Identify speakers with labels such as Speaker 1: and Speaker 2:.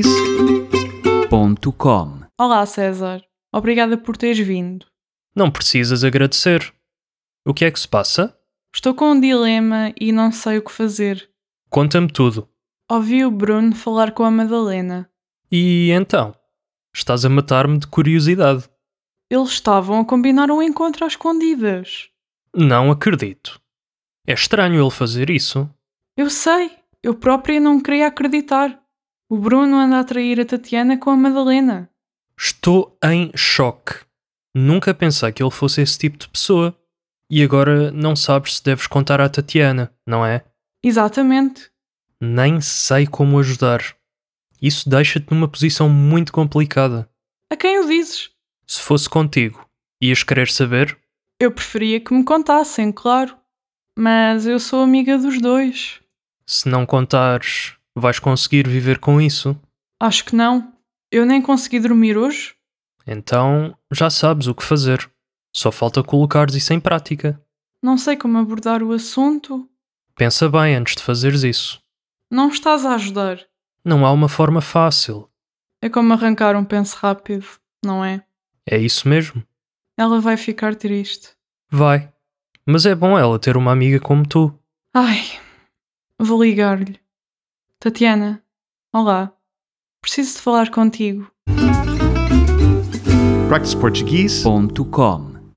Speaker 1: practiceportuguese.com.
Speaker 2: Olá, César. Obrigada por teres vindo.
Speaker 3: Não precisas agradecer. O que é que se passa?
Speaker 2: Estou com um dilema e não sei o que fazer.
Speaker 3: Conta-me tudo.
Speaker 2: Ouvi o Bruno falar com a Madalena.
Speaker 3: E então? Estás a matar-me de curiosidade.
Speaker 2: Eles estavam a combinar um encontro às escondidas.
Speaker 3: Não acredito. É estranho ele fazer isso.
Speaker 2: Eu sei, eu própria não queria acreditar. O Bruno anda a trair a Tatiana com a Madalena.
Speaker 3: Estou em choque. Nunca pensei que ele fosse esse tipo de pessoa. E agora não sabes se deves contar à Tatiana, não é?
Speaker 2: Exatamente.
Speaker 3: Nem sei como ajudar. Isso deixa-te numa posição muito complicada.
Speaker 2: A quem o dizes?
Speaker 3: Se fosse contigo, ias querer saber?
Speaker 2: Eu preferia que me contassem, claro. Mas eu sou amiga dos dois.
Speaker 3: Se não contares, vais conseguir viver com isso.
Speaker 2: Acho que não. Eu nem consegui dormir hoje.
Speaker 3: Então já sabes o que fazer. Só falta colocares isso em prática.
Speaker 2: Não sei como abordar o assunto.
Speaker 3: Pensa bem antes de fazeres isso.
Speaker 2: Não estás a ajudar.
Speaker 3: Não há uma forma fácil.
Speaker 2: É como arrancar um penso rápido, não é?
Speaker 3: É isso mesmo.
Speaker 2: Ela vai ficar triste.
Speaker 3: Vai. Mas é bom ela ter uma amiga como tu.
Speaker 2: Ai, vou ligar-lhe. Tatiana, olá. Preciso de falar contigo.
Speaker 1: practiceportuguese.com